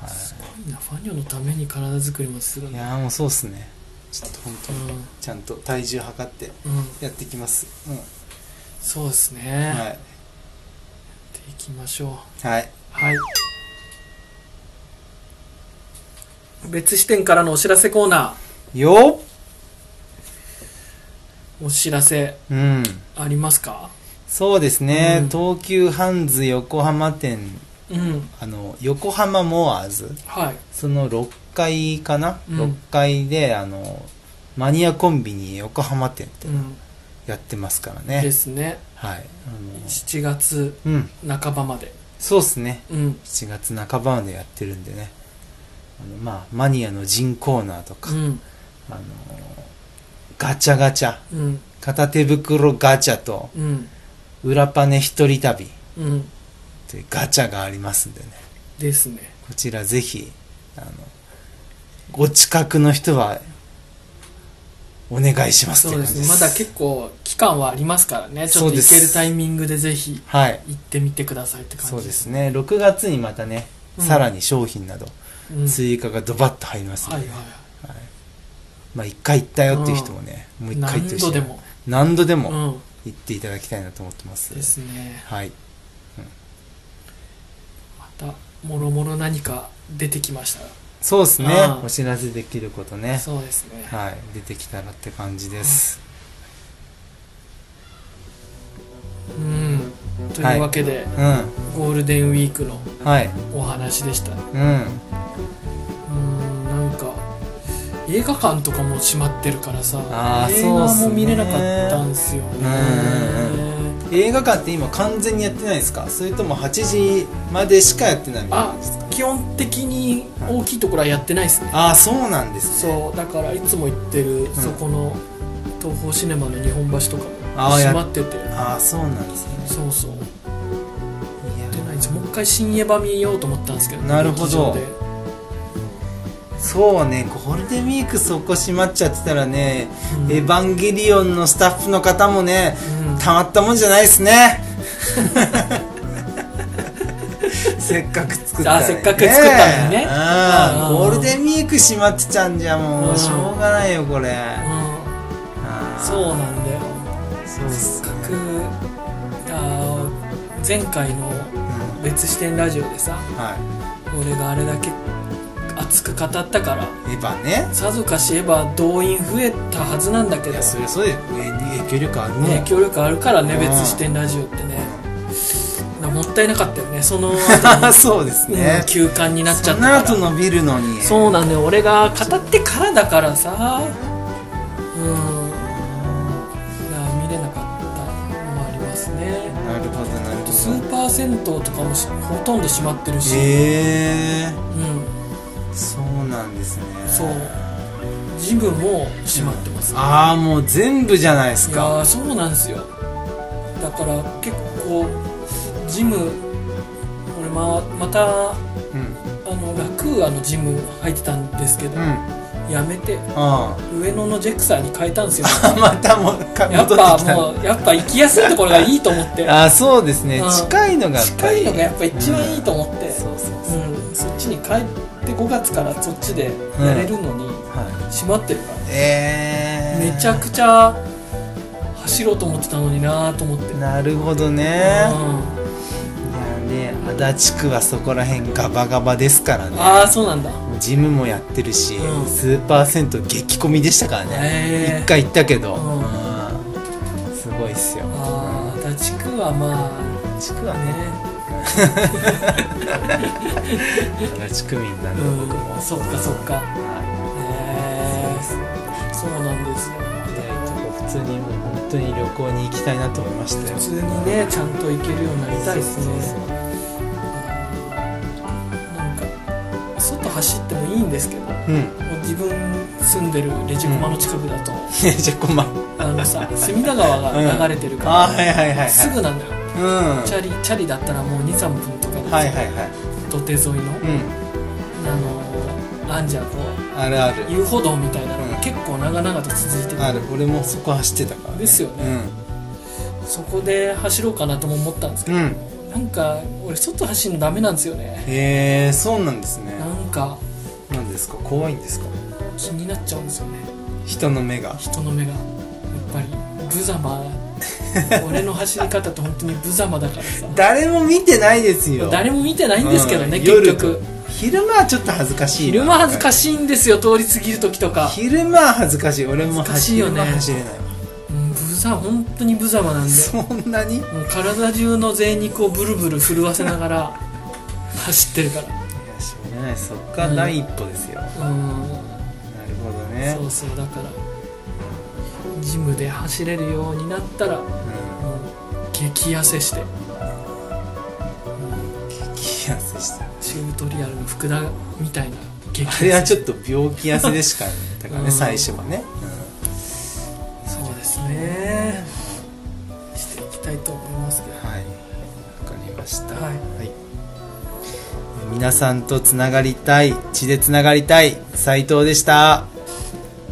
はー、ファニョのために体作りもするい、んいだやーもうそうっすねちょっと本当うにん、ちゃんと体重測ってうん、やってきます、うん、そうですね、はやっいていきましょうはいはい別視点からのお知らせコーナよーお知らせっうんありますかそうですね、うん東急ハンズ横浜店うんあの横浜モアーズはいその6階かな、うん6階であのマニアコンビニ横浜店ってうん、やってますからでねすねはい7月あのうん半ばまでそうっすねうん7月半ばまでやってるんでねあのまあマニアの人コーナーとか、うんあのガチャガチャうん片手袋ガチャとうん裏パネ一人旅うんというガチャがありますんでねですねこちらぜひあのお近くの人はお願いしますっそてういうです感じねですまだ結構期間はありますからねちょっそうとで行すけるタイミングでぜひはい行ってみてくださいって感じそうですね6月にまたね、うんさらに商品などうんはい追加がドバッと入りますのはで、いはまあ一回行ったよっていう人もね、もうい一回行って何る人度でも何度でうもん行っていただきたいなと思ってます、ですねはいまたもろもろ何か出てきましたそうですねうんお知らせできることらねそうですねはい出てきたらって感じです、うんというわけでうんゴールデンウィークのはいお話でしたうんうんなんか映画館とかも閉まってるからさあー映そうっ画すもね見れなかったんすよねうん映画館って今完全にやってないですかそれとも8時までしかやってないみたいなあんですか基本的に大きいところはやってないっすねああそうなんですねそうだからいつも行ってるそこの東宝シネマの日本橋とかもあーや閉まっててああそうなんですねそうそうやいってないんですもう一回新エヴァ見ようと思ったんですけどなるほ劇場どでそうねゴールデンウィークそこ閉まっちゃってたらね、うんエヴァンゲリオンのスタッフの方もねうんたまったもんじゃないで すねせっかく作ったのあにねせっかく作ったのにねあうんゴールデンウィーク閉まってちゃうんじゃもううんしょうがないよこれうんあーそうなんだよそうっすね僕あー前回のうん別視点ラジオでさは俺があれだけ熱く語ったからいエヴァねさぞかしエヴァ動員増えたはずなんだけいどやそれそれで上に影響力あるもん、ね、影響力あるからねうん別視点ラジオってねうなもったいなかったよねその後 そうですねうん、休館になっちゃっそたからの後伸びるのにそうなんだよ俺が語ってからだからさうんだから見れなかったのもありますねなるほどなるほスーパー銭湯とかもしほとんど閉まってるどし、へえうんそうなんですねそうジムも閉まってます、ああもう全部じゃないですいやかーそうなんですよだから結構ジム俺ままたあうんの楽アのジム入ってたんですけど、うんあやめてあ上野のジェクサーに変えたんですよまたもうか 戻やっってぱきたもうやっぱ行きやすいところがいいと思って ああそうですねうん近いのが近いのがやっぱ一番いいと思って、そうそうそううん、そっちに帰って5月からそっちでやれるのには閉まってるから、いええめちゃくちゃ走ろうと思ってたのになーと思って、うん、なるほどねいやね足立区はそこら辺ガバガバですからねああそうなんだジムもやってるし、うんスーパー銭湯激混みでしたからねへー一回行ったけど、うんうんすごいっすよああ足立区はまあ足立区はねね足立区民なんで僕も、うんそっかそっかねはえそうなんですよいいやちょっと普通にもう本当に旅行に行きたいなと思いましたよ普通にねちゃんと行けるようになりたいですねそうそうそうなんか外走ってもいいんですけどもうんう 自分住んでるレジコマの近くだと、ねじゃあこんばんあの さ隅田川が流れてるあかはいはいはいはらいすぐなんだようんはチャリチャリだったらもう23分とかで、いはいはい土手沿いの、うんあのあんじゃんこうあるある遊歩道みたいなのがうん結構長々と続いてる、ある俺もそこ走ってたからですよね、そこで走ろうかなとも思ったんですけうんうんど、なんか俺外走るのダメなんですよねへえそうなんですねなんかなんですか怖いんですか気になっちゃうんですよね人の目が人の目がやっぱり無 様俺の走り方って本当に無様だからさ誰も見てないですよ誰も見てないんですけどね、うん結夜局昼間はちょっと恥ずかしいな昼間恥ずかしいんですよ通り過ぎる時とか昼間は恥ずかしい俺も恥ずかしいよね昼間は走れないわうん無様本当に無様なんでそんなにもう体中の贅肉をブルブル震わせなが ら走ってるからいやしょうがないそっから第一歩ですよ、うんなるほどねそうそうだからジムで走れるようになったらもうう激痩せしてん激痩せしたチュートリアルの福田みたいな激あれは痩せちょっと病気痩せでしかねだからね、うん最初はね、そうですねしていきたいと思いますけどはいわかりましたはいい皆さんとつながりたい血でつながりたい斉藤でした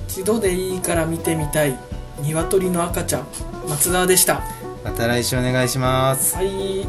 一度でいいから見てみたい鶏の赤ちゃん松田でしたまた来週お願いしますはい